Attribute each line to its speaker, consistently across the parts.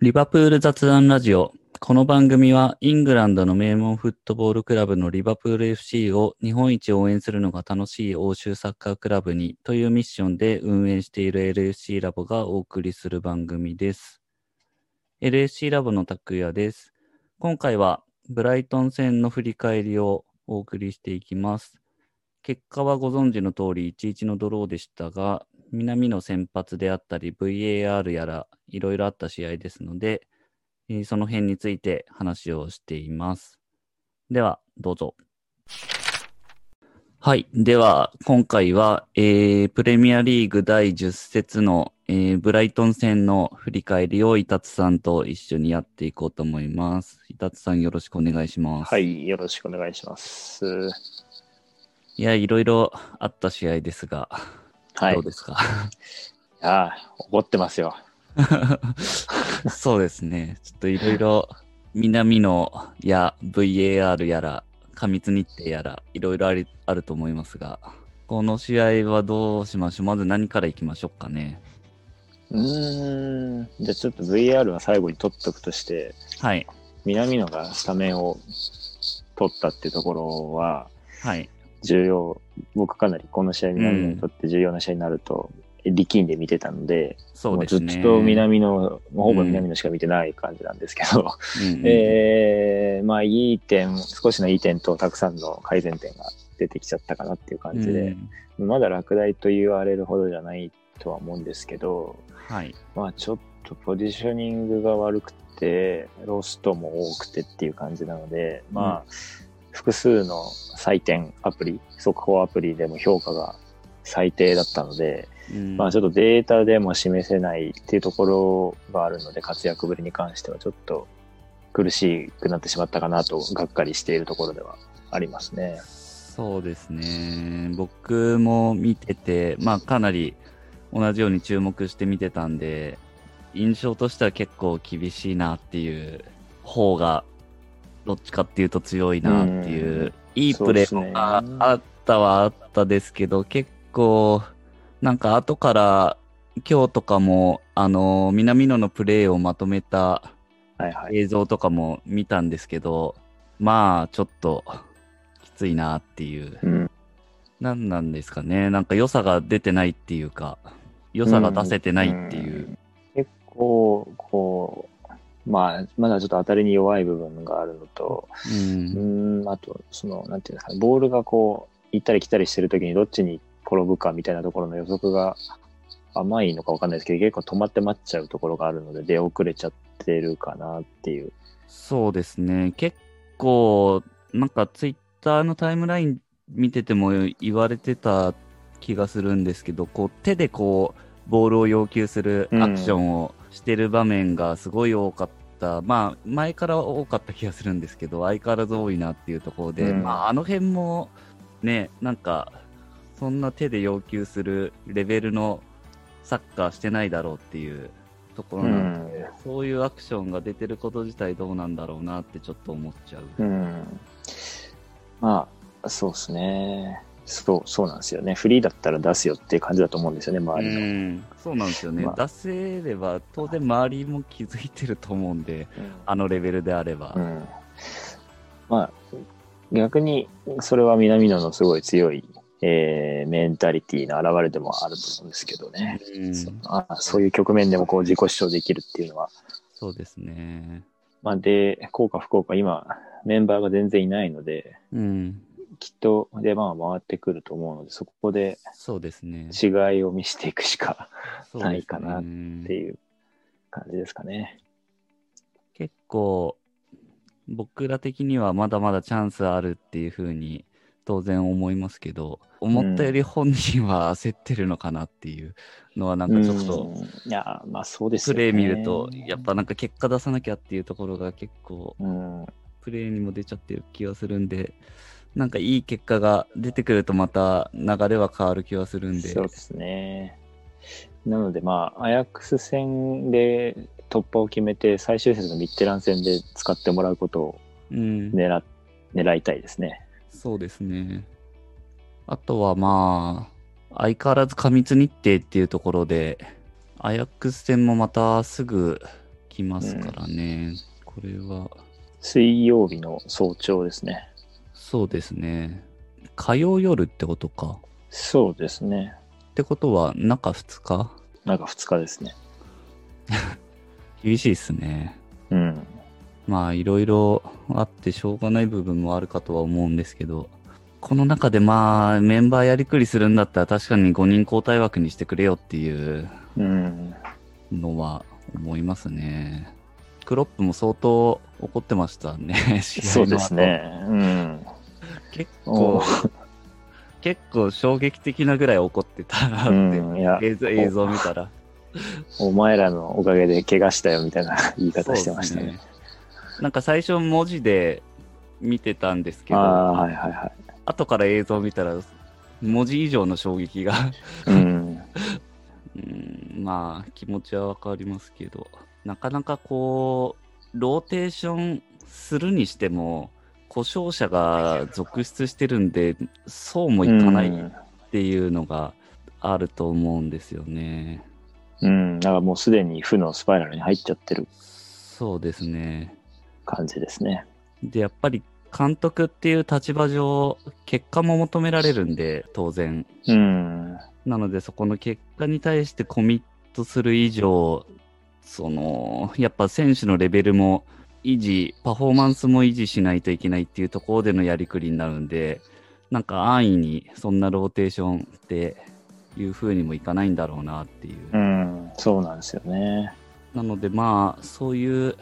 Speaker 1: リバプール雑談ラジオ。この番組はイングランドの名門フットボールクラブのリバプール FC を日本一応援するのが楽しい欧州サッカークラブにというミッションで運営している LFC ラボがお送りする番組です。LFC ラボの拓也です。今回はブライトン戦の振り返りをお送りしていきます。結果はご存知の通り1-1のドローでしたが、南の先発であったり VAR やらいろいろあった試合ですので、えーその辺について話をしています。では、どうぞ。はい。では、今回は、えープレミアリーグ第10節の、えーブライトン戦の振り返りを、イタツさんと一緒にやっていこうと思います。イタツさん、よろしくお願いします。
Speaker 2: は。い、よろしくお願いします。
Speaker 1: いや、いろいろあった試合ですが、
Speaker 2: はい。
Speaker 1: どうですか
Speaker 2: ああ、怒ってますよ。
Speaker 1: そうですね。ちょっといろいろ、南野や VAR やら、過密日程やら、いろいろありあると思いますが、この試合はどうしましょうまず何からいきましょうかね。
Speaker 2: うーん。じゃあちょっと VR は最後に取っとくとして、
Speaker 1: はい。
Speaker 2: 南野がスタメンを取ったっていうところは
Speaker 1: はい。
Speaker 2: 重要。僕かなりこの試合、南野にとって重要な試合になると、力んで見てたので、
Speaker 1: そう
Speaker 2: もう
Speaker 1: で
Speaker 2: ず
Speaker 1: す
Speaker 2: っ
Speaker 1: ね。
Speaker 2: と南野、もうほぼ南野しか見てない感じなんですけど、
Speaker 1: うんうん
Speaker 2: えーまあいい点、少しのいい点とたくさんの改善点が出てきちゃったかなっていう感じで、
Speaker 1: うん
Speaker 2: まだ落第と言われるほどじゃないとは思うんですけど、
Speaker 1: はい。
Speaker 2: まあちょっとポジショニングが悪くて、ロストも多くてっていう感じなので、まあ、複数の採点アプリ、速報アプリでも評価が最低だったので、
Speaker 1: うん
Speaker 2: まあちょっとデータでも示せないっていうところがあるので、活躍ぶりに関してはちょっと苦しくなってしまったかなと、がっかりしているところではありますね。
Speaker 1: そうですね。僕も見てて、まあかなり同じように注目して見てたんで、印象としては結構厳しいなっていう方が、どっちかっていうと強いなっていう、
Speaker 2: うん
Speaker 1: いいプレー
Speaker 2: そうですね
Speaker 1: もああったはあったですけど、結構、なんか後から、今日とかも、あの、南野のプレーをまとめた
Speaker 2: はいはい。
Speaker 1: 映像とかも見たんですけど、まあ、ちょっと、きついなっていう。
Speaker 2: うん
Speaker 1: なんなんですかね。なんか良さが出てないっていうか、良さが出せてないっていうう。
Speaker 2: 結構こうまあまだちょっと当たりに弱い部分があるのと
Speaker 1: うん
Speaker 2: う。ーんあとそのなんていうんですかねボールがこう行ったり来たりしてる時にどっちに転ぶかみたいなところの予測が甘いのかわかんないですけど結構止まって待っちゃうところがあるので出遅れちゃってるかなっていう
Speaker 1: そうですね。結構、なんかツイッターのタイムライン見てても言われてた気がするんですけど、こう手でこう、ボールを要求するアクションをしてる場面がすごい多かった。まあ、前から多かった気がするんですけど、相変わらず多いなっていうところで、
Speaker 2: うん
Speaker 1: まあ、あの辺も、ね、なんか、そんな手で要求するレベルのサッカーしてないだろうっていうところなんでそういうアクションが出てること自体どうなんだろうなってちょっと思っちゃう。
Speaker 2: うんまあそうですねそうそうなんですよねフリーだったら出すよっていう感じだと思うんですよね周りの。
Speaker 1: そうなんですよね、
Speaker 2: まあ
Speaker 1: 出せれば当然周りも気づいてると思うんで、
Speaker 2: うん
Speaker 1: あのレベルであれば。
Speaker 2: うんまあ、逆にそれは南野のすごい強い、えーメンタリティの表れでもあると思うんですけどね、
Speaker 1: うん
Speaker 2: そあそういう局面でもこう自己主張できるっていうのは、
Speaker 1: そうですね。
Speaker 2: まあ、で効果不効果今メンバーが全然いないので
Speaker 1: うん、
Speaker 2: きっと出番は回ってくると思うのでそこで
Speaker 1: そうですね。
Speaker 2: 違いを見せていくしか
Speaker 1: そうですね
Speaker 2: ないかなっていう感じですかね。
Speaker 1: 結構、僕ら的にはまだまだチャンスあるっていうふうに当然思いますけど、思ったより本人は焦ってるのかなっていうのはなんかちょっと、
Speaker 2: うんいやまあそうです
Speaker 1: プ
Speaker 2: よね。
Speaker 1: レー見ると、やっぱなんか結果出さなきゃっていうところが結構、
Speaker 2: うん
Speaker 1: プレーにも出ちゃってる気がするんで、なんかいい結果が出てくるとまた流れは変わる気がするんで、
Speaker 2: そうですね。なので、まあ、アヤックス戦で突破を決めて、最終節のミッテラン戦で使ってもらうことを
Speaker 1: うん、
Speaker 2: 狙っ狙いたいですね。
Speaker 1: そうですね。あとはまあ、相変わらず過密日程っていうところで、アヤックス戦もまたすぐ昨きますからね。これは、
Speaker 2: 水曜日の早朝ですね。
Speaker 1: そうですね。火曜夜ってことか。
Speaker 2: そうですね。
Speaker 1: ってことは、中2日
Speaker 2: なんか2日ですね。
Speaker 1: 厳しいですね。
Speaker 2: うん。
Speaker 1: まあ、いろいろあってしょうがない部分もあるかとは思うんですけど、この中でまあ、メンバーやりくりするんだったら確かに5人交代枠にしてくれよっていう
Speaker 2: うん。
Speaker 1: のは思いますね。クロップも相当怒ってましたね、 試合の後
Speaker 2: そうで す。ね。うん。
Speaker 1: 結
Speaker 2: お
Speaker 1: 構、結構衝撃的なぐらい怒ってたなって、
Speaker 2: うん。いや、
Speaker 1: 映像映像見たら。
Speaker 2: お前らのおかげで怪我したよみたいな 言い方してました
Speaker 1: そう
Speaker 2: ね
Speaker 1: で。すねなんか最初文字で見てたんですけ
Speaker 2: あ
Speaker 1: ど、
Speaker 2: あ、はいはいはい。
Speaker 1: 後から映像見たら、文字以上の衝撃が、
Speaker 2: うん。
Speaker 1: うん、まあ、気持ちはわかりますけど、なかなかこう、ローテーションするにしても、故障者が続出してるんで、そうもいかない
Speaker 2: うん
Speaker 1: っていうのがあると思うんですよね。
Speaker 2: うん、だからもうすでに負のスパイラルに入っちゃってる
Speaker 1: そうですね。
Speaker 2: 感じですね。
Speaker 1: で、やっぱり監督っていう立場上、結果も求められるんで、当然。
Speaker 2: うん、
Speaker 1: なので、そこの結果に対してコミットする以上、その、やっぱ選手のレベルも維持、パフォーマンスも維持しないといけないっていうところでのやりくりになるんで、なんか安易にそんなローテーションっていう風にもいかないんだろうなっていう。
Speaker 2: うん、そうなんですよね。
Speaker 1: なのでまあそういう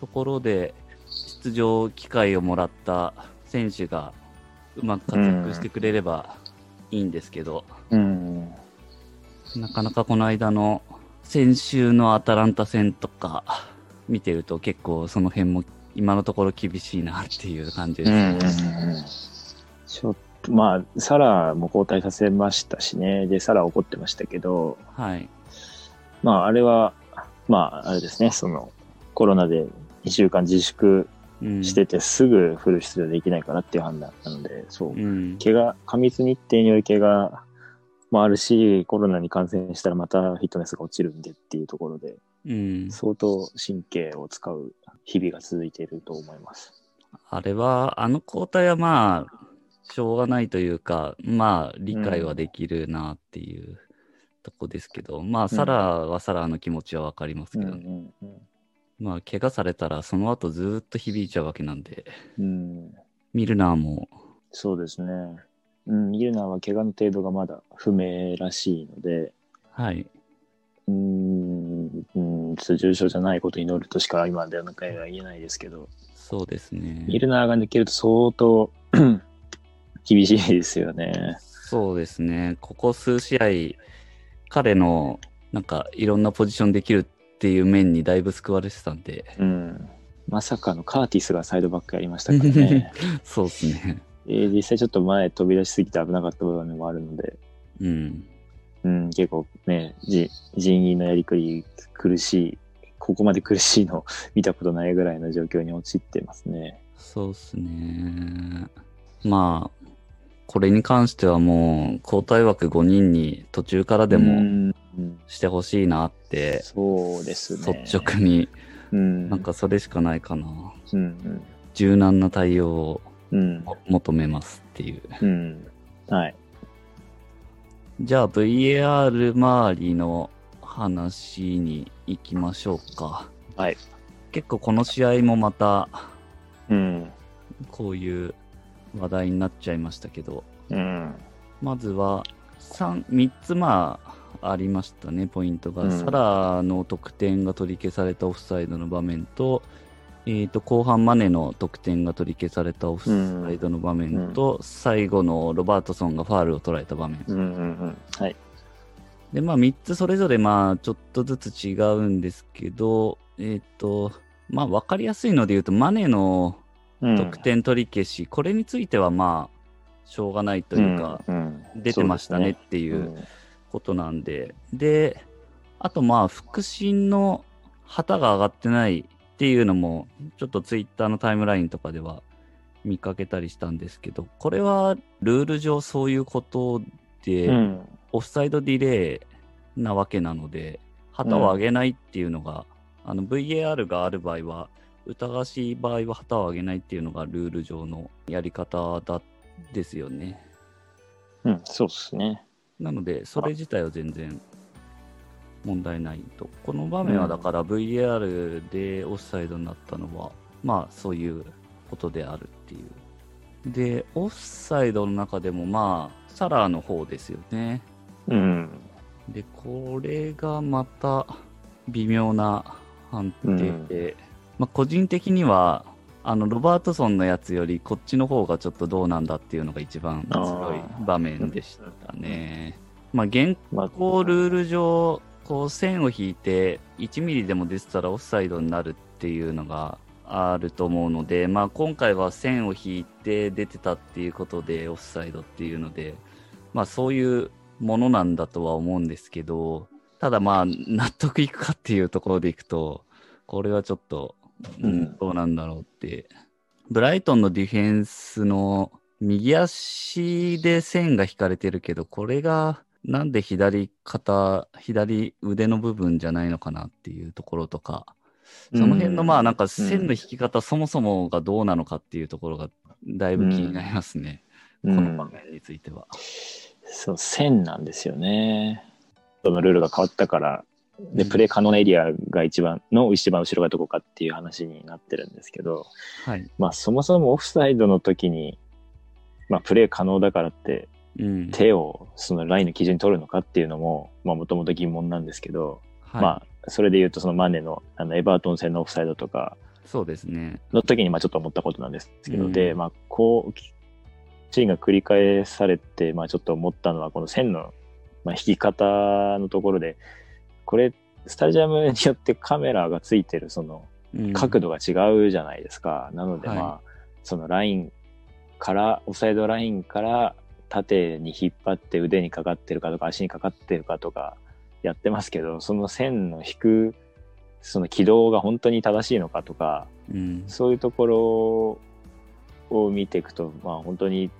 Speaker 1: ところで出場機会をもらった選手がうまく活躍してくれればいいんですけど、
Speaker 2: うん、
Speaker 1: なかなかこの間の先週のアタランタ戦とか見てると結構その辺も今のところ厳しいなっていう感じ
Speaker 2: う
Speaker 1: です。
Speaker 2: ん、ちょっと、まあ、サラも交代させましたしね。で、サラ怒ってましたけど、
Speaker 1: はい。
Speaker 2: まあ、あれは、まあ、あれですね、その、コロナで2週間自粛
Speaker 1: うん、
Speaker 2: してて、すぐフル出場できないからっていう判断なので、そ
Speaker 1: う、
Speaker 2: う
Speaker 1: ん。
Speaker 2: 怪我、過密日程による怪我もあるし、コロナに感染したらまたフィットネスが落ちるんでっていうところで、
Speaker 1: うん。
Speaker 2: 相当神経を使う日々が続いていると思います。
Speaker 1: あれは、あの交代はまあ、しょうがないというか、まあ、理解はできるなっていうとこですけど、まあ、サラはサラの気持ちはわかりますけ
Speaker 2: うん
Speaker 1: ど、ねまあ、怪我されたら、その後ずーっと響いちゃうわけなんで、
Speaker 2: うんうんうん、
Speaker 1: ミルナーも、
Speaker 2: そうですね。うん、イルナーは怪我の程度がまだ不明らしいので、
Speaker 1: はい、
Speaker 2: うーん、うん、ちょっと重症じゃないことを祈るとしか今での会は言えないですけど、
Speaker 1: そうですね。
Speaker 2: イルナーが抜けると相当厳しいですよね。
Speaker 1: そうですね。ここ数試合、彼の、なんか、いろんなポジションできるっていう面にだいぶ救われてたんで、
Speaker 2: うん、まさかのカーティスがサイドバックやりましたか らね。
Speaker 1: そうですね。
Speaker 2: えー実際ちょっと前飛び出しすぎて危なかった場面もあるので、
Speaker 1: うん。
Speaker 2: うん、結構ね、じ人員のやりくり苦しい、ここまで苦しいの 見たことないぐらいの状況に陥ってますね。
Speaker 1: そうっすね。まあ、これに関してはもう、交代枠5人に途中からで
Speaker 2: う
Speaker 1: も
Speaker 2: ん、うん
Speaker 1: してほしいなって、
Speaker 2: そうですね。
Speaker 1: 率直に、
Speaker 2: うん、
Speaker 1: なんかそれしかないかな。
Speaker 2: うん、
Speaker 1: 柔軟な対応を
Speaker 2: うん、
Speaker 1: 求めますっていう。
Speaker 2: うん、うん、はい。
Speaker 1: じゃあ VAR 周りの話に行きましょうか。
Speaker 2: はい。
Speaker 1: 結構この試合もまた、
Speaker 2: うん、
Speaker 1: こういう話題になっちゃいましたけど、
Speaker 2: うん、
Speaker 1: まずは3、3つまあありましたね、ポイントが。
Speaker 2: うん
Speaker 1: サラの得点が取り消されたオフサイドの場面と、えー、と後半マネの得点が取り消されたオフサイドの場面と、最後のロバートソンがファールを捉えた場面。
Speaker 2: うん、うん、うん、はい。
Speaker 1: で、まあ3つそれぞれまあちょっとずつ違うんですけど、えっ、と、まあ分かりやすいので言うと、マネの
Speaker 2: うん
Speaker 1: 得点取り消し、これについてはまあ、しょうがないというか、、
Speaker 2: んん
Speaker 1: 出てましたねってい
Speaker 2: そう
Speaker 1: う
Speaker 2: ですね
Speaker 1: ことなんで、で、あとまあ、腹心の旗が上がってないっていうのも、ちょっとツイッターのタイムラインとかでは見かけたりしたんですけど、これはルール上そういうことで、
Speaker 2: うんうん
Speaker 1: オフサイドディレイなわけなので、旗を上げないっていうのがあの VAR がある場合は、疑わしい場合は旗を上げないっていうのがルール上のやり方だですよね。
Speaker 2: うん、そうですね。
Speaker 1: なので、それ自体は全然問題ないと。この場面はだから VAR でオフサイドになったのは、まあそういうことであるっていう。で、オフサイドの中でもまあ、サラーの方ですよね。
Speaker 2: うん。
Speaker 1: で、これがまた微妙な判定で、まあ個人的には、あのロバートソンのやつよりこっちの方がちょっとどうなんだっていうのが一番すごい場面でしたね。まあ、現
Speaker 2: まあ、
Speaker 1: こうルール上こう線を引いて1ミリでも出てたらオフサイドになるっていうのがあると思うので、まあ、今回は線を引いて出てたっていうことでオフサイドっていうので、まあ、そういうものなんだとは思うんですけどただまあ納得いくかっていうところでいくとこれはちょっと、う
Speaker 2: うんん、
Speaker 1: どうなんだろうってブライトンのディフェンスの右足で線が引かれてるけど、これがなんで左肩、左腕の部分じゃないのかなっていうところとか、その辺のまあなんか線の引き方そもそもがどうなのかっていうところがだいぶ気になりますね。
Speaker 2: うん
Speaker 1: この場面については。
Speaker 2: そう、線なんですよね。そのルールが変わったから、で、
Speaker 1: うん
Speaker 2: プレー可能なエリアが一番の一番後ろがどこかっていう話になってるんですけど、
Speaker 1: はい。
Speaker 2: まあそもそもオフサイドの時に、まあプレー可能だからって
Speaker 1: うん。
Speaker 2: 手をそのラインの基準に取るのかっていうのも、まあもともと疑問なんですけど、
Speaker 1: はい、
Speaker 2: まあそれで言うとそのマネのあのエバートン戦のオフサイドとか、
Speaker 1: そうですね。
Speaker 2: の時にまあちょっと思ったことなんですけど、
Speaker 1: うん
Speaker 2: で、まあ、こうきシーンが繰り返されて、まあ、ちょっと思ったのはこの線の、まあ、引き方のところでこれスタジアムによってカメラがついてるその
Speaker 1: うん
Speaker 2: 角度が違うじゃないですか、なのでまあ、
Speaker 1: は
Speaker 2: そのラインからオフサイドラインから縦に引っ張って腕にかかってるかとか足にかかってるかとかやってますけどその線の引くその軌道が本当に正しいのかとか
Speaker 1: うん。
Speaker 2: そういうところを見ていくと、まあ、本当に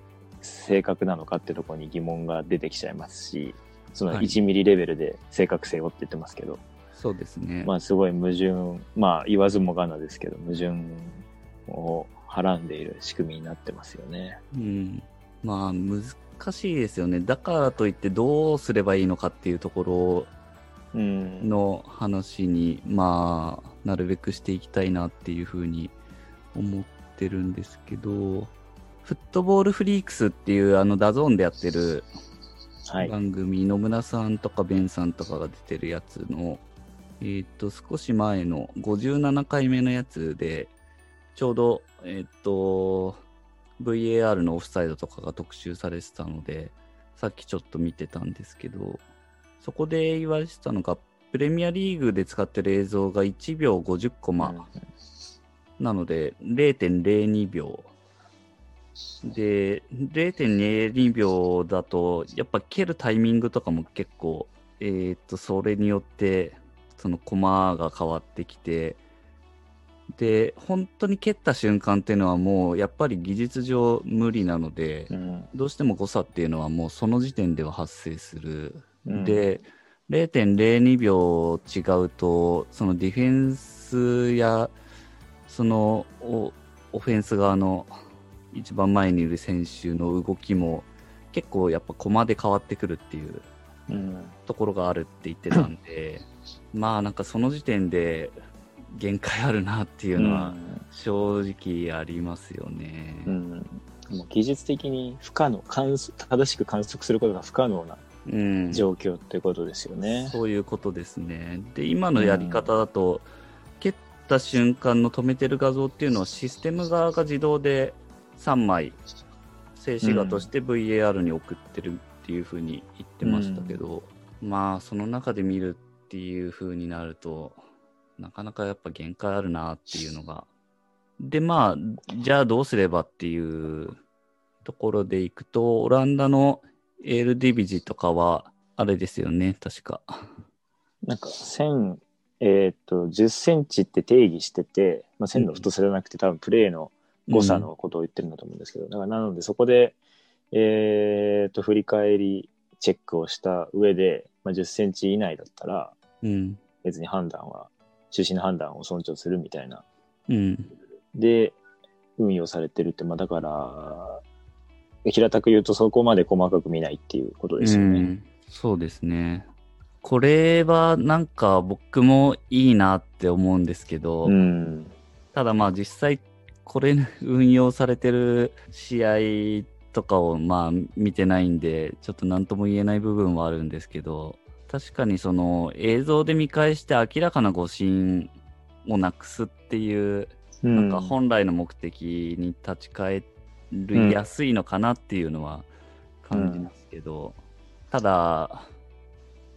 Speaker 2: 正確なのかってところに疑問が出てきちゃいますし、その
Speaker 1: はい
Speaker 2: 1ミリレベルで正確性をって言ってますけど、
Speaker 1: そうですね。
Speaker 2: まあすごい矛盾、まあ言わずもがなですけど、矛盾をはらんでいる仕組みになってますよね。
Speaker 1: うん、まあ難しいですよね。だからといってどうすればいいのかっていうとこ
Speaker 2: うん
Speaker 1: ろの話に、まあ、なるべくしていきたいなっていうふうに思ってるんですけど、フットボールフリークスっていうあのダゾーンでやってる
Speaker 2: はい。
Speaker 1: 番組、野村さんとかベンさんとかが出てるやつの、えーっと、少し前の57回目のやつで、ちょうど、えーっと、VAR のオフサイドとかが特集されてたので、さっきちょっと見てたんですけど、そこで言われてたのが、プレミアリーグで使ってる映像が1秒50コマ、なので、0.02秒。で、0.02秒だと、やっぱ蹴るタイミングとかも結構、えーっと、それによって、そのコマが変わってきて、で、本当に蹴った瞬間っていうのはもう、やっぱり技術上無理なので、
Speaker 2: うん
Speaker 1: どうしても誤差っていうのはもうその時点では発生する
Speaker 2: うん
Speaker 1: で、0.02秒違うと、そのディフェンスや、そのオオフェンス側の一番前にいる選手の動きも、結構やっぱコマで変わってくるっていう
Speaker 2: うん
Speaker 1: ところがあるって言ってたん で、まあなんかその時点で限界あるなっていうのは正直ありますよね。
Speaker 2: うんもう技術的に不可能観測正しく観測することが不可能な
Speaker 1: うん
Speaker 2: 状況ってことですよね。
Speaker 1: そういうことですね。で、今のやり方だと、蹴った瞬間の止めてる画像っていうのはシステム側が自動で3枚静止画として VAR に送ってるっていうふうに言ってましたけど、まあその中で見るっていうふうになるとなかなかやっぱ限界あるなっていうのが。でまあじゃあどうすればっていうところでいくとオランダのエールディビジとかはあれですよね確か。
Speaker 2: なんか線、えーっと10センチって定義してて、まあ、線の太さじゃなくて、多分プレーの誤差のことを言ってるんだと思うんですけど、だからなのでそこで、えーっと振り返りチェックをした上で、まあ、10センチ以内だったら
Speaker 1: うん。
Speaker 2: 別に判断は中心の判断を尊重するみたいな。
Speaker 1: うん。
Speaker 2: で、運用されてるって、まあだから、平たく言うとそこまで細かく見ないっていうことですよね。
Speaker 1: うん、そうですね。これはなんか僕もいいなって思うんですけど、
Speaker 2: うん。
Speaker 1: ただまあ実際これ運用されてる試合とかをまあ見てないんでちょっと何とも言えない部分はあるんですけど確かにその映像で見返して明らかな誤信をなくすっていう
Speaker 2: な
Speaker 1: なんか本来の目的に立ち返りやすいのかなっていうのは感じますけど、ただ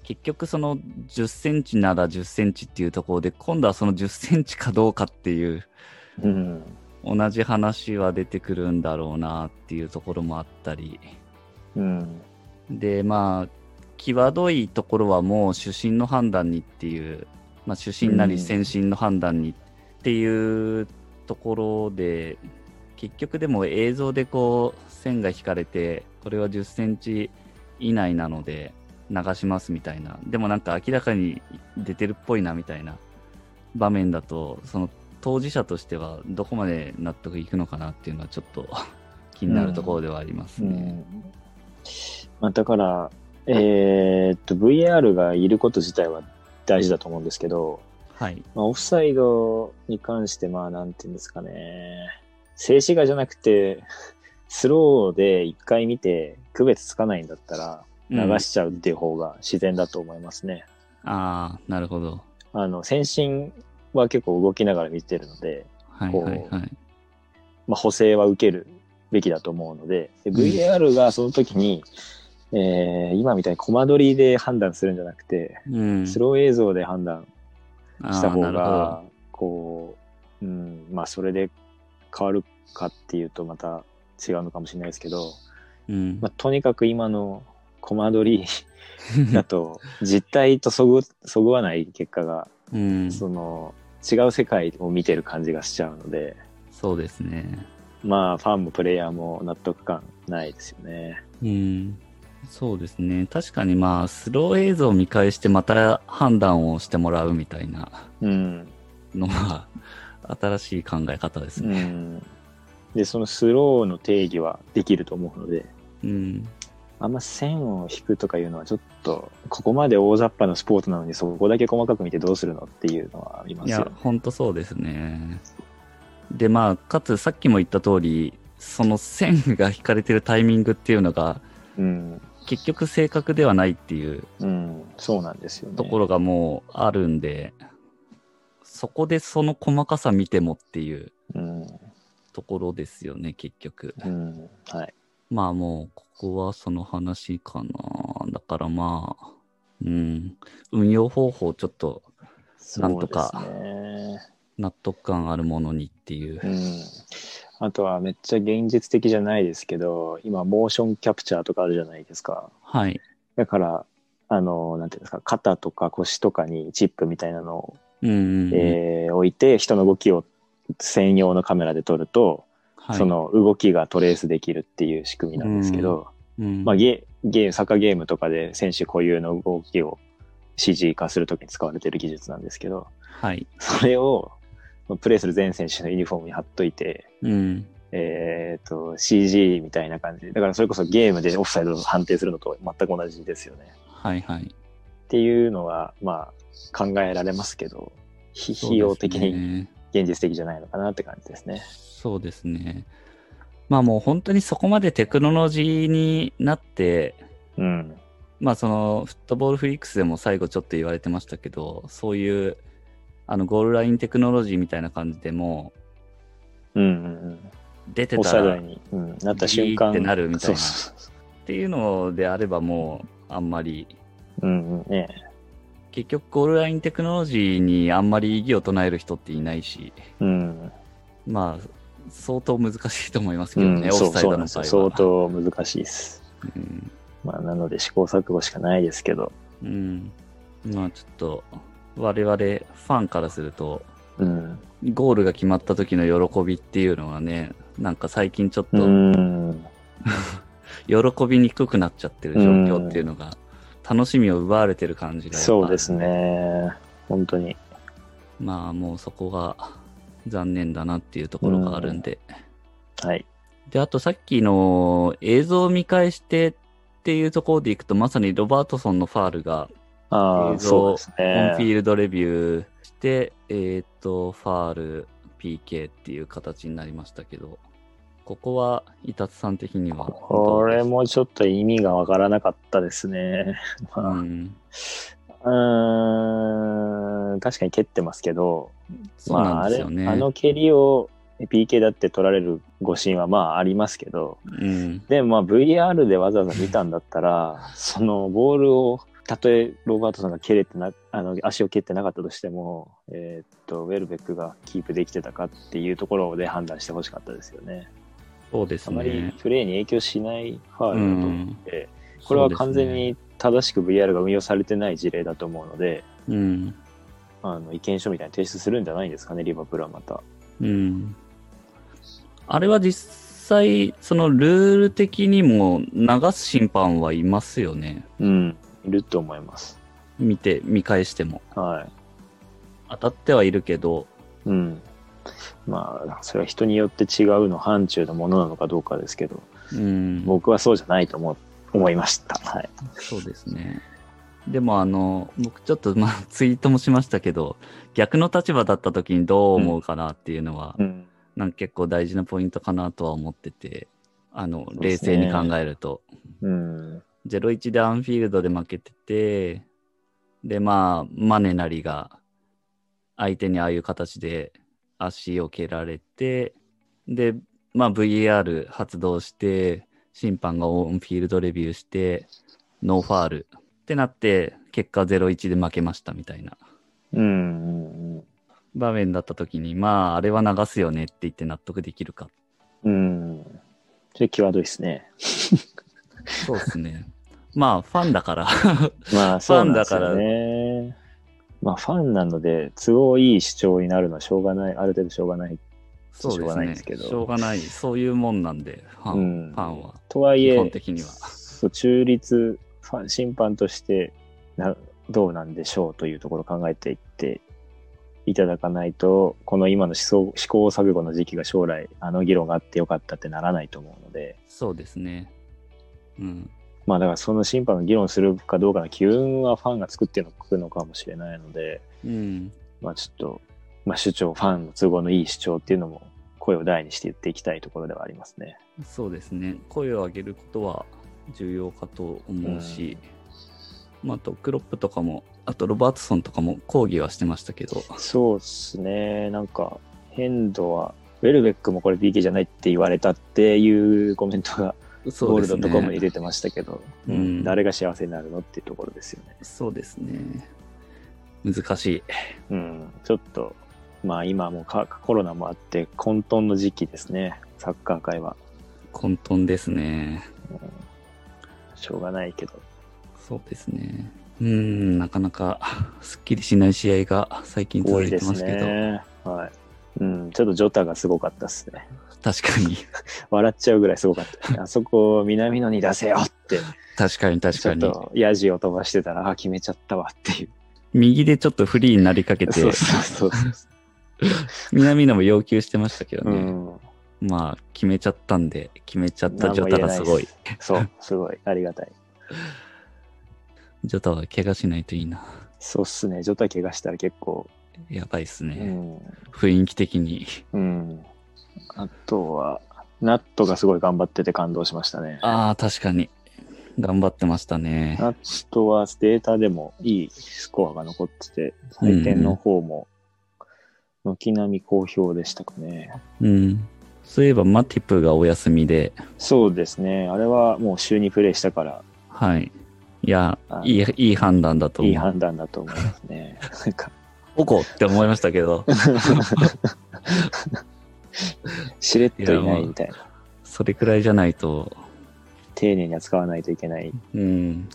Speaker 1: 結局その10センチなら10センチっていうところで今度はその10センチかどうかっていう
Speaker 2: うん。
Speaker 1: 同じ話は出てくるんだろうなっていうところもあったり
Speaker 2: うん。
Speaker 1: でまあ際どいところはもう主審の判断にっていう、まあ、主審な
Speaker 2: う
Speaker 1: り
Speaker 2: ん
Speaker 1: 先審の判断にっていうところで、結局でも映像でこう線が引かれてこれは1 0センチ以内なので流しますみたいなでもなんか明らかに出てるっぽいなみたいな場面だとその当事者としてはどこまで納得いくのかなっていうのはちょっ と気になるところではあります
Speaker 2: う
Speaker 1: ね。
Speaker 2: んまあ、だから、えーっと、VAR がいること自体は大事だと思うんですけど、
Speaker 1: はい
Speaker 2: まあ、オフサイドに関して、まあ、なんていうんですかね、静止画じゃなくて、 スローで一回見て、区別つかないんだったら、流しちゃうっていう方が自然だと思いますね。
Speaker 1: ああ、なるほど。
Speaker 2: あの、先進は結構動きながら見てるので、
Speaker 1: はいはいはい。
Speaker 2: まあ、補正は受けるべきだと思うので、で VAR がその時に、えー今みたいにコマ撮りで判断するんじゃなくて、
Speaker 1: うん。
Speaker 2: スロー映像で判断した方
Speaker 1: あーな
Speaker 2: が、こう、うん、まあ、それで変わるかっていうとまた違うのかもしれないですけど、
Speaker 1: るほど。うん
Speaker 2: まあ、とにかく今のコマ撮 りだと、実態とそぐ、そぐわない結果が、
Speaker 1: うん。
Speaker 2: その、違う世界を見てる感じがしちゃうので、
Speaker 1: そうですね。
Speaker 2: まあ、ファンもプレイヤーも納得感ないですよね。
Speaker 1: うん。そうですね。確かにまあ、スロー映像を見返してまた判断をしてもらうみたいな
Speaker 2: うん。
Speaker 1: のは、新しい考え方です
Speaker 2: う
Speaker 1: ね。
Speaker 2: ん。で、そのスローの定義はできると思うので、
Speaker 1: うん。
Speaker 2: あんま線を引くとかいうのはちょっと、ここまで大雑把なスポーツなのにそこだけ細かく見てどうするのっていうのはありま
Speaker 1: い
Speaker 2: す
Speaker 1: や
Speaker 2: よ。、
Speaker 1: ほんとそうですね。で、まあ、かつさっきも言った通り、その線が引かれてるタイミングっていうのが、
Speaker 2: うん。
Speaker 1: 結局正確ではないっていう
Speaker 2: うん。そうなんですよね。
Speaker 1: ところがもうあるんで、そこでその細かさ見てもっていう
Speaker 2: うん。
Speaker 1: ところですよね、結局。
Speaker 2: うん。はい。
Speaker 1: まあもう、ここはその話かな。だからまあ、うん、運用方法をちょっとなんとか
Speaker 2: そうですね。
Speaker 1: 納得感あるものにっていう
Speaker 2: う。ん、あとはめっちゃ現実的じゃないですけど今モーションキャプチャーとかあるじゃないですか
Speaker 1: はい。
Speaker 2: だからあのなんていうんですか肩とか腰とかにチップみたいなのを、
Speaker 1: うんうんうん、
Speaker 2: えー置いて人の動きを専用のカメラで撮ると、
Speaker 1: はい、
Speaker 2: そ、の動きがトレースできるっていう仕組みなんですけど、
Speaker 1: うん、
Speaker 2: まあ、ゲゲーサッカーゲームとかで選手固有の動きを CG 化するときに使われてる技術なんですけど
Speaker 1: はい。
Speaker 2: それをプレーする全選手のユニフォームに貼っといて
Speaker 1: うん。
Speaker 2: えー、と CG みたいな感じだからそれこそゲームでオフサイドを判定するのと全く同じですよね
Speaker 1: はいはい。
Speaker 2: っていうのはまあ考えられますけどひ
Speaker 1: そうですね
Speaker 2: 費用的に現実的じゃないのかなって感じですね。
Speaker 1: そうですね。まあもう本当にそこまでテクノロジーになって、
Speaker 2: うん
Speaker 1: まあそのフットボールフリックスでも最後ちょっと言われてましたけど、そういうあのゴールラインテクノロジーみたいな感じでも
Speaker 2: うんうん
Speaker 1: う出
Speaker 2: う
Speaker 1: て
Speaker 2: ん、オフ
Speaker 1: た
Speaker 2: サイド
Speaker 1: らっ
Speaker 2: に、うん、なった瞬間
Speaker 1: ギーってなるみたいな
Speaker 2: そうそうそ
Speaker 1: ていうのであればもうあんまり
Speaker 2: ううんうんね
Speaker 1: 結局ゴールラインテクノロジーにあんまり異議を唱える人っていないし、
Speaker 2: うん
Speaker 1: まあ相当難しいと思いますけ
Speaker 2: う
Speaker 1: ど
Speaker 2: ん
Speaker 1: ね、オ
Speaker 2: そ
Speaker 1: フ
Speaker 2: う
Speaker 1: サイド
Speaker 2: そう
Speaker 1: の
Speaker 2: なん
Speaker 1: 場合
Speaker 2: で
Speaker 1: は。
Speaker 2: すよ相当難しいです。
Speaker 1: うん
Speaker 2: まあ、なので試行錯誤しかないですけど、
Speaker 1: うん。まあちょっと、我々ファンからすると、
Speaker 2: うん、
Speaker 1: ゴールが決まった時の喜びっていうのはね、なんか最近ちょっ
Speaker 2: う
Speaker 1: と
Speaker 2: ん
Speaker 1: 喜びにくくなっちゃってる状況っていうのが、楽しみを奪われてる感じがやっぱ
Speaker 2: そうですね本当に
Speaker 1: まあもうそこが残念だなっていうところがあるんで。
Speaker 2: はい。
Speaker 1: で、あとさっきの映像を見返してっていうところでいくと、まさにロバートソンのファールが
Speaker 2: あ
Speaker 1: 映
Speaker 2: あ、
Speaker 1: 像
Speaker 2: そうです
Speaker 1: オンフィ
Speaker 2: ね。
Speaker 1: ールドレビューして、えっと、ファール、PK っていう形になりましたけど、ここは、伊達さん的にはどうですか。
Speaker 2: これもちょっと意味がわからなかったですね。
Speaker 1: う
Speaker 2: ま
Speaker 1: ん。
Speaker 2: あ、うーん、確かに蹴ってますけど、
Speaker 1: そうなんですよね。
Speaker 2: まあ、あれあの蹴りを PK だって取られる誤審はまあありますけど、
Speaker 1: うん。
Speaker 2: でもまあ VR でわざわざ見たんだっ たら、そのボールを、たとえロバートさんが蹴れてな、あの足を蹴ってなかったとしても、えーっと、ウェルベックがキープできてたかっていうところで判断してほしかったですよね。
Speaker 1: そうです
Speaker 2: あまり
Speaker 1: ね。
Speaker 2: プレーに影響しないファー
Speaker 1: う
Speaker 2: ルだと思っ
Speaker 1: ん。
Speaker 2: て、これは
Speaker 1: そう
Speaker 2: 完
Speaker 1: ですね
Speaker 2: 全。に正しく VR が運用されてない事例だと思うので、
Speaker 1: うん。
Speaker 2: あの意見書みたいに提出するんじゃないですかね、リバプールはまた。
Speaker 1: うん。あれは実際、そのルール的にも流す審判はいますよね。
Speaker 2: うん、いると思います。
Speaker 1: 見て、見返しても。
Speaker 2: はい。
Speaker 1: 当たってはいるけど、
Speaker 2: うん。まあ、それは人によって違うの、範疇のものなのかどうかですけど、
Speaker 1: うん。
Speaker 2: 僕はそうじゃないと思思いました。はい。
Speaker 1: そうですね。でもあの、僕ちょっとまあツイートもしましたけど、逆の立場だった時にどう思うかなっていうのは、
Speaker 2: うん。
Speaker 1: なんか結構大事なポイントかなとは思ってて、あの、
Speaker 2: そう
Speaker 1: 冷
Speaker 2: です
Speaker 1: 静
Speaker 2: ね
Speaker 1: に考えると。
Speaker 2: うん。
Speaker 1: 0-1でアンフィールドで負けてて、で、まあ、マネなりが相手にああいう形で足を蹴られて、で、まあ VAR 発動して、審判がオンフィールドレビューして、ノーファールってなって、結果0-1で負けましたみたいな
Speaker 2: うん。
Speaker 1: 場面だった時に、まあ、あれは流すよねって言って納得できるか。
Speaker 2: うん。それ、際どいですね。
Speaker 1: そうですね。 まあ、ファンだから。
Speaker 2: まあ、そうなんですよ
Speaker 1: フ
Speaker 2: ね。まあ、ファンなので、都合いい主張になるのはしょうがない、ある程度しょうがない。
Speaker 1: そう
Speaker 2: しょう
Speaker 1: で
Speaker 2: が
Speaker 1: す
Speaker 2: ない
Speaker 1: ね。
Speaker 2: ですけど
Speaker 1: しょうがない。そういうもんなんで、ファン,、
Speaker 2: うん
Speaker 1: ファンは。
Speaker 2: とはいえ、
Speaker 1: 基本的には
Speaker 2: そう中立ファン、審判としてなどうなんでしょうというところを考えていっていただかないと、この今の思想試行錯誤の時期が将来、あの議論があってよかったってならないと思うので、
Speaker 1: そうですね。うん。
Speaker 2: まあだからその審判の議論するかどうかの機運はファンが作っていくのかもしれないので、
Speaker 1: うん。
Speaker 2: まあちょっと、まあ主張、ファンの都合のいい主張っていうのも声を大にして言っていきたいところではありますね。
Speaker 1: そうですね。声を上げることは重要かと思うし、まあ、あと、クロップとかも、あと、ロバートソンとかも抗議はしてましたけど、
Speaker 2: そうですね、なんか、変度は、ウェルベックもこれ PK じゃないって言われたっていうコメントが、
Speaker 1: そう
Speaker 2: ゴー
Speaker 1: で
Speaker 2: ル
Speaker 1: す
Speaker 2: ドとかも
Speaker 1: ね
Speaker 2: 入。れてましたけど、
Speaker 1: うん
Speaker 2: 誰が幸せになるのっていうところですよね。
Speaker 1: そうですね。難しい。
Speaker 2: うん、ちょっと、まあ今もうかコロナもあって、混沌の時期ですね、サッカー界は。
Speaker 1: 混沌ですね。
Speaker 2: しょうがないけど。
Speaker 1: そうですね。うん、なかなか、すっきりしない試合が最近
Speaker 2: 多
Speaker 1: 続
Speaker 2: い
Speaker 1: い
Speaker 2: で
Speaker 1: て
Speaker 2: す
Speaker 1: ますけど、
Speaker 2: ね。はい。うん、ちょっとジョタがすごかったですね。
Speaker 1: 確かに、
Speaker 2: 笑っちゃうぐらいすごかったで すね。あそこを南野に出せよって、
Speaker 1: 確かに確
Speaker 2: ちょ
Speaker 1: か
Speaker 2: っ
Speaker 1: に。
Speaker 2: とヤジを飛ばしてたら、あ、決めちゃったわっていう。
Speaker 1: 右でちょっとフリーになりかけて
Speaker 2: そ、うそうそうそ
Speaker 1: 南野も要求してましたけど
Speaker 2: う。う
Speaker 1: ね。
Speaker 2: ん。
Speaker 1: まあ、決めちゃったんで、決めちゃったジョタがすごい。
Speaker 2: そう、すごい。ありがたい。
Speaker 1: ジョタは怪我しないといいな。
Speaker 2: そうっすね。ジョタ怪我したら結構。
Speaker 1: やばいっす
Speaker 2: う
Speaker 1: ね。
Speaker 2: ん。
Speaker 1: 雰囲気的に。
Speaker 2: うん。あとは、ナットがすごい頑張ってて感動しましたね。
Speaker 1: ああ、確かに。頑張ってましたね。
Speaker 2: ナットはデータでもいいスコアが残ってて、採点の方も、軒並み好評でしたかね。
Speaker 1: うん。そういえば、マティプがお休みで、
Speaker 2: そうですね。あれはもう週にプレイしたから、
Speaker 1: はい。いや
Speaker 2: あ、
Speaker 1: いい、いい判断だと
Speaker 2: いい
Speaker 1: 思う。
Speaker 2: 判断だと思いますね。なんか、
Speaker 1: おこって思いましたけど、
Speaker 2: しれっといないみたいな。
Speaker 1: それくらいじゃないと、
Speaker 2: 丁寧に扱わないといけない。
Speaker 1: うん。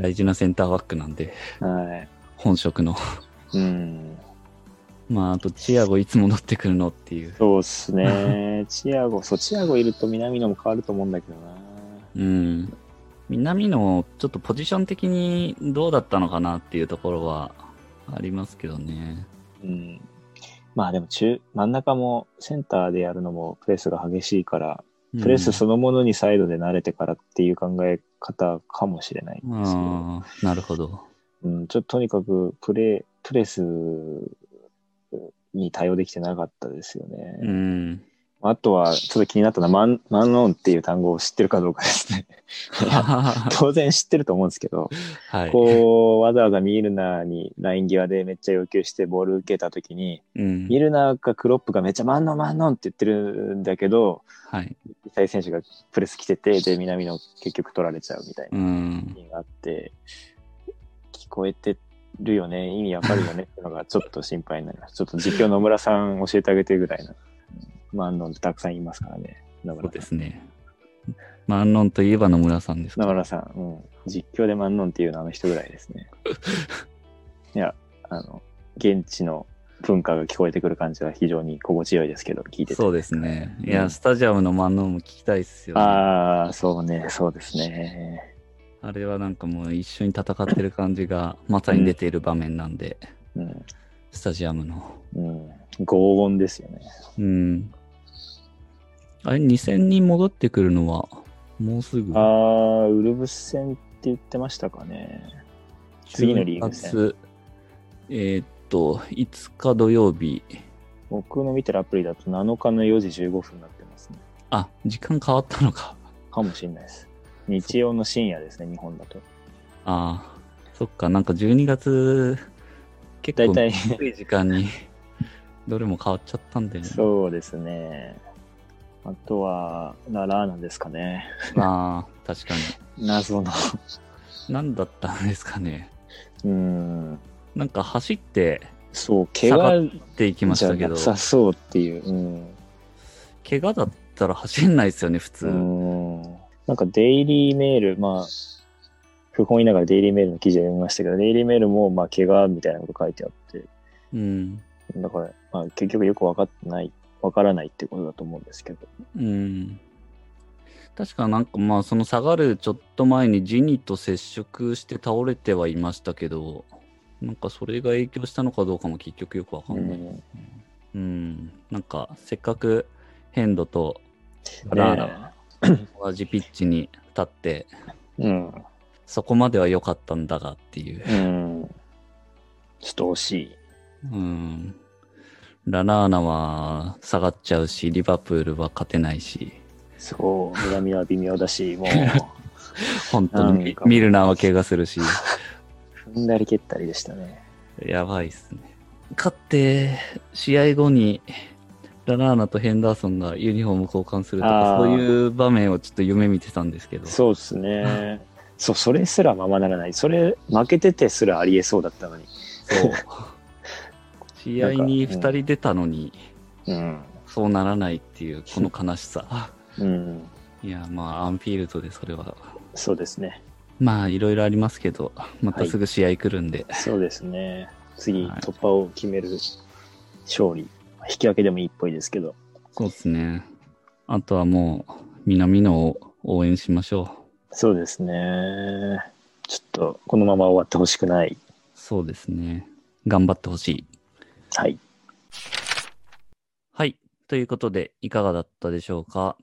Speaker 1: 大事なセンターバックなんで、
Speaker 2: は
Speaker 1: 本職の。
Speaker 2: い。うん。
Speaker 1: まあ、あと、チアゴいつ戻ってくるのっていう。
Speaker 2: そうっ すね。チアゴ、そう、チアゴいると南野も変わると思うんだけどな。
Speaker 1: うん。南のちょっとポジション的にどうだったのかなっていうところはありますけどね。
Speaker 2: うん、まあでも中真ん中もセンターでやるのもプレスが激しいから、プレスそのものにサイドで慣れてからっていう考え方かもしれないんですけど、
Speaker 1: ああ、なるほど。
Speaker 2: うん、ちょっととにかくプレプレスに対応できてなかったですよね。
Speaker 1: うん。
Speaker 2: あとはちょっと気になったのはマンマンオンっていう単語を知ってるかどうかで すね。
Speaker 1: は
Speaker 2: 当然知ってると思うんですけど、
Speaker 1: い。
Speaker 2: こうわざわざミールナーにライン際でめっちゃ要求してボール受けた時に、
Speaker 1: うん
Speaker 2: ミルナーかクロップがめっちゃマンノンマンノンって言ってるんだけど、
Speaker 1: はい。。
Speaker 2: イ選手がプレス来てて、で、南野結局取られちゃうみたいうなんシーンがあって、聞こえてるよね、意味わかるよねっていうのがちょっと心配になり ます。ちょっと実況野村さん教えてあげてぐらいな。マンノンってたくさんいますからね。野
Speaker 1: そう
Speaker 2: 村さ
Speaker 1: で
Speaker 2: ん。
Speaker 1: すね。まあ、アンノンといえば野村さんですか
Speaker 2: 野村さん、うん。実況でマンノンっていうのはあの人ぐらいですね。いや、あの、現地の文化が聞こえてくる感じは非常に心地よいですけど、聞いてて。
Speaker 1: そうですね。いや、
Speaker 2: うん
Speaker 1: スタジアムのマンノンも聞きたいですよ、ね。あ
Speaker 2: ああ、そうね、そうですね。
Speaker 1: れはなんかもう一緒に戦ってる感じがまさに出ている場面なんで、
Speaker 2: うん。
Speaker 1: スタジアムの。
Speaker 2: うん。轟音ですよね。
Speaker 1: うん。あれ、2000人戻ってくるのは、もうすぐ
Speaker 2: ああ、ウルブス戦って言ってましたかね。次のリーグ戦
Speaker 1: 10月えーっと、5日土曜日。
Speaker 2: 僕の見てるアプリだと7日の4時15分になってますね。
Speaker 1: あ、時間変わったのか。
Speaker 2: かもしれないです。日曜の深夜ですね、日本だと。
Speaker 1: ああ、そっか、なんか12月、結
Speaker 2: だい
Speaker 1: 構
Speaker 2: たい、
Speaker 1: 低い時間に、どれも変わっちゃったんだよね。
Speaker 2: そうですね。あとは、ララーナですかね。
Speaker 1: まあ、確かに。
Speaker 2: 謎の。
Speaker 1: 何だったんですかね。
Speaker 2: うん。
Speaker 1: なんか走って
Speaker 2: そう、怪我
Speaker 1: っていきまし
Speaker 2: じゃ
Speaker 1: たけど
Speaker 2: な、さそうっていう。うん。
Speaker 1: 怪我だったら走んないですよね、普通。
Speaker 2: うんなんかデイリーメール、まあ、不本意ながらデイリーメールの記事を読みましたけど、デイリーメールも、まあ、怪我みたいなこと書いてあって、
Speaker 1: うん。
Speaker 2: だから、まあ、結局よく分かってない、分からないってことだと思うんですけど。
Speaker 1: うん。確かなんかまあ、その下がるちょっと前にジニと接触して倒れてはいましたけど、なんかそれが影響したのかどうかも結局よくわかんない。
Speaker 2: ね
Speaker 1: うん。なんか、せっかくヘンドと
Speaker 2: え
Speaker 1: ラーナは同じピッチに立って、
Speaker 2: うん。
Speaker 1: そこまでは良かったんだがっていう。
Speaker 2: うん。ちょっと惜しい。
Speaker 1: うん。ララーナは下がっちゃうし、リバプールは勝てないし、
Speaker 2: そう、南は微妙だし、 も
Speaker 1: 本当
Speaker 2: なん
Speaker 1: に
Speaker 2: か
Speaker 1: ミルナーは怪我するし、
Speaker 2: う、踏んだり蹴ったりでしたね。
Speaker 1: やばいっすね。勝って、試合後に、ララーナとヘンダーソンがユニフォーム交換するとか、
Speaker 2: あ
Speaker 1: そ
Speaker 2: ー
Speaker 1: ういう場面をちょっと夢見てたんですけど、
Speaker 2: そうですね。そう、それすらままならない。それ、負けててすらありえそうだったのに。
Speaker 1: そう試合に
Speaker 2: な
Speaker 1: 2
Speaker 2: んかうん
Speaker 1: 人出たのに、
Speaker 2: うん。
Speaker 1: そうならないっていう、この悲し さ。
Speaker 2: うん。
Speaker 1: いや、まあ、アンフィールドでそれは。
Speaker 2: そうですね。
Speaker 1: まあ、いろいろありますけど、また
Speaker 2: はい
Speaker 1: すぐ試合来るんで、
Speaker 2: そうですね。次、
Speaker 1: はい
Speaker 2: 突破を決める勝利。引き分けでもいいっぽいですけど。
Speaker 1: そうですね。あとはもう、南野を応援しましょう。
Speaker 2: そうですね。ちょっと、このまま終わってほしくない。
Speaker 1: そうですね。頑張ってほしい。
Speaker 2: はい。
Speaker 1: はい。ということで、いかがだったでしょうか。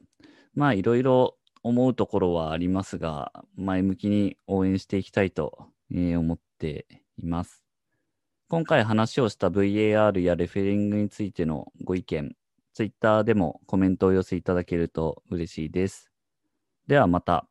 Speaker 1: まあ、いろいろ思うところはありますが、前向きに応援していきたいとえー思っています。今回話をした VAR やレフェリングについてのご意見、Twitter でもコメントをお寄せいただけると嬉しいです。ではまた。